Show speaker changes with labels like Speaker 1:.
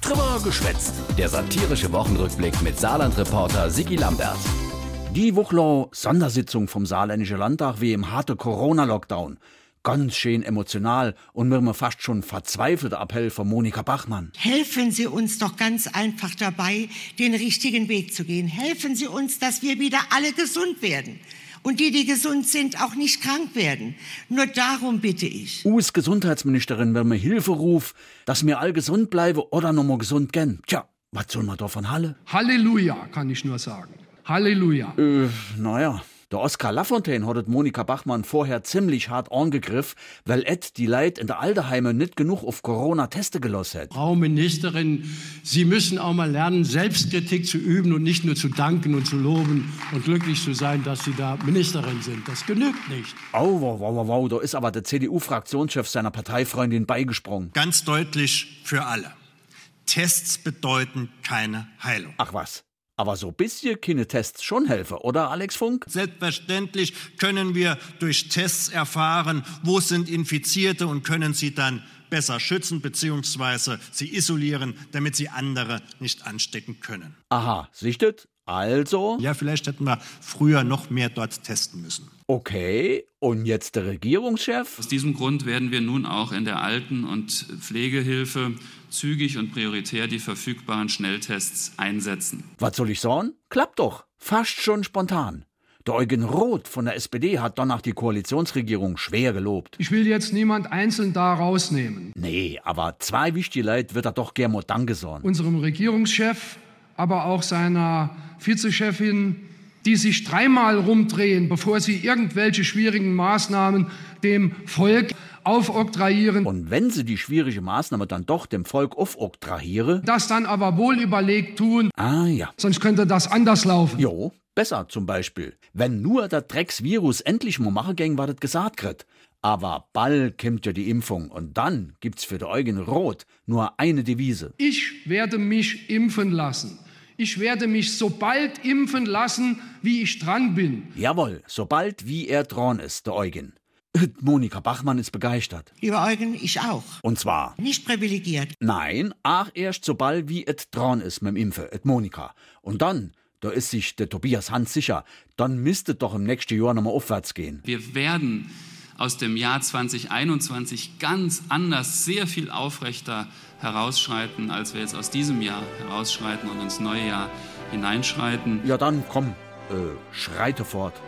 Speaker 1: Trimmer geschwätzt. Der satirische Wochenrückblick mit Saarland-Reporter Sigi Lambert.
Speaker 2: Die Wuchlau-Sondersitzung vom Saarländischen Landtag wie im harte Corona-Lockdown. Ganz schön emotional und mir immer fast schon verzweifelter Appell von Monika Bachmann.
Speaker 3: Helfen Sie uns doch ganz einfach dabei, den richtigen Weg zu gehen. Helfen Sie uns, dass wir wieder alle gesund werden. Und die, die gesund sind, auch nicht krank werden. Nur darum bitte ich.
Speaker 2: US-Gesundheitsministerin will mir Hilfe rufen, dass mir all gesund bleibe oder nochmal gesund gehen. Tja, was soll man davon halle?
Speaker 4: Halleluja, kann ich nur sagen. Halleluja.
Speaker 2: Äh, naja. Der Oskar Lafontaine hat Monika Bachmann vorher ziemlich hart angegriffen, weil et die Leid in der Aldeheime nicht genug auf Corona-Teste gelost hat.
Speaker 4: Frau Ministerin, Sie müssen auch mal lernen, Selbstkritik zu üben und nicht nur zu danken und zu loben und glücklich zu sein, dass Sie da Ministerin sind. Das genügt nicht.
Speaker 2: Au, wow, wow, wow, wow, da ist aber der CDU-Fraktionschef seiner Parteifreundin beigesprungen.
Speaker 5: Ganz deutlich für alle. Tests bedeuten keine Heilung.
Speaker 2: Ach was. Aber so bisschen keine Tests schon helfen, oder Alex Funk?
Speaker 5: Selbstverständlich können wir durch Tests erfahren, wo sind Infizierte und können sie dann besser schützen bzw. sie isolieren, damit sie andere nicht anstecken können.
Speaker 2: Aha, sichtet? Also?
Speaker 5: Ja, vielleicht hätten wir früher noch mehr dort testen müssen.
Speaker 2: Okay, und jetzt der Regierungschef?
Speaker 6: Aus diesem Grund werden wir nun auch in der Alten- und Pflegehilfe zügig und prioritär die verfügbaren Schnelltests einsetzen.
Speaker 2: Was soll ich sagen? Klappt doch. Fast schon spontan. Der Eugen Roth von der SPD hat danach die Koalitionsregierung schwer gelobt.
Speaker 4: Ich will jetzt niemand einzeln da rausnehmen.
Speaker 2: Nee, aber zwei wichtige Leute wird er doch gern mal Danke sagen.
Speaker 4: Unserem Regierungschef, aber auch seiner Vizechefin, die sich dreimal rumdrehen, bevor sie irgendwelche schwierigen Maßnahmen dem Volk aufoktraieren.
Speaker 2: Und wenn sie die schwierige Maßnahme dann doch dem Volk aufoktrahiere,
Speaker 4: Das dann aber wohl überlegt tun,
Speaker 2: ah ja,
Speaker 4: sonst könnte das anders laufen.
Speaker 2: Jo, besser zum Beispiel. Wenn nur der Drecksvirus endlich mal machen ging, war das gesagt kriegt. Aber bald kommt ja die Impfung und dann gibt's für den Eugen Roth nur eine Devise.
Speaker 4: Ich werde mich impfen lassen. Ich werde mich so bald impfen lassen, wie ich dran bin.
Speaker 2: Jawohl, sobald wie er dran ist, der Eugen. Monika Bachmann ist begeistert.
Speaker 3: Lieber Eugen, ich auch.
Speaker 2: Und zwar,
Speaker 3: Nicht privilegiert.
Speaker 2: nein, ach erst sobald wie et dran ist mit dem Impfe, et Monika. Und dann, da ist sich der Tobias Hans sicher, dann müsste doch im nächsten Jahr nochmal aufwärts gehen.
Speaker 6: Wir werden aus dem Jahr 2021 ganz anders, sehr viel aufrechter herausschreiten, als wir jetzt aus diesem Jahr herausschreiten und ins neue Jahr hineinschreiten.
Speaker 2: Ja dann, komm, äh, schreite fort.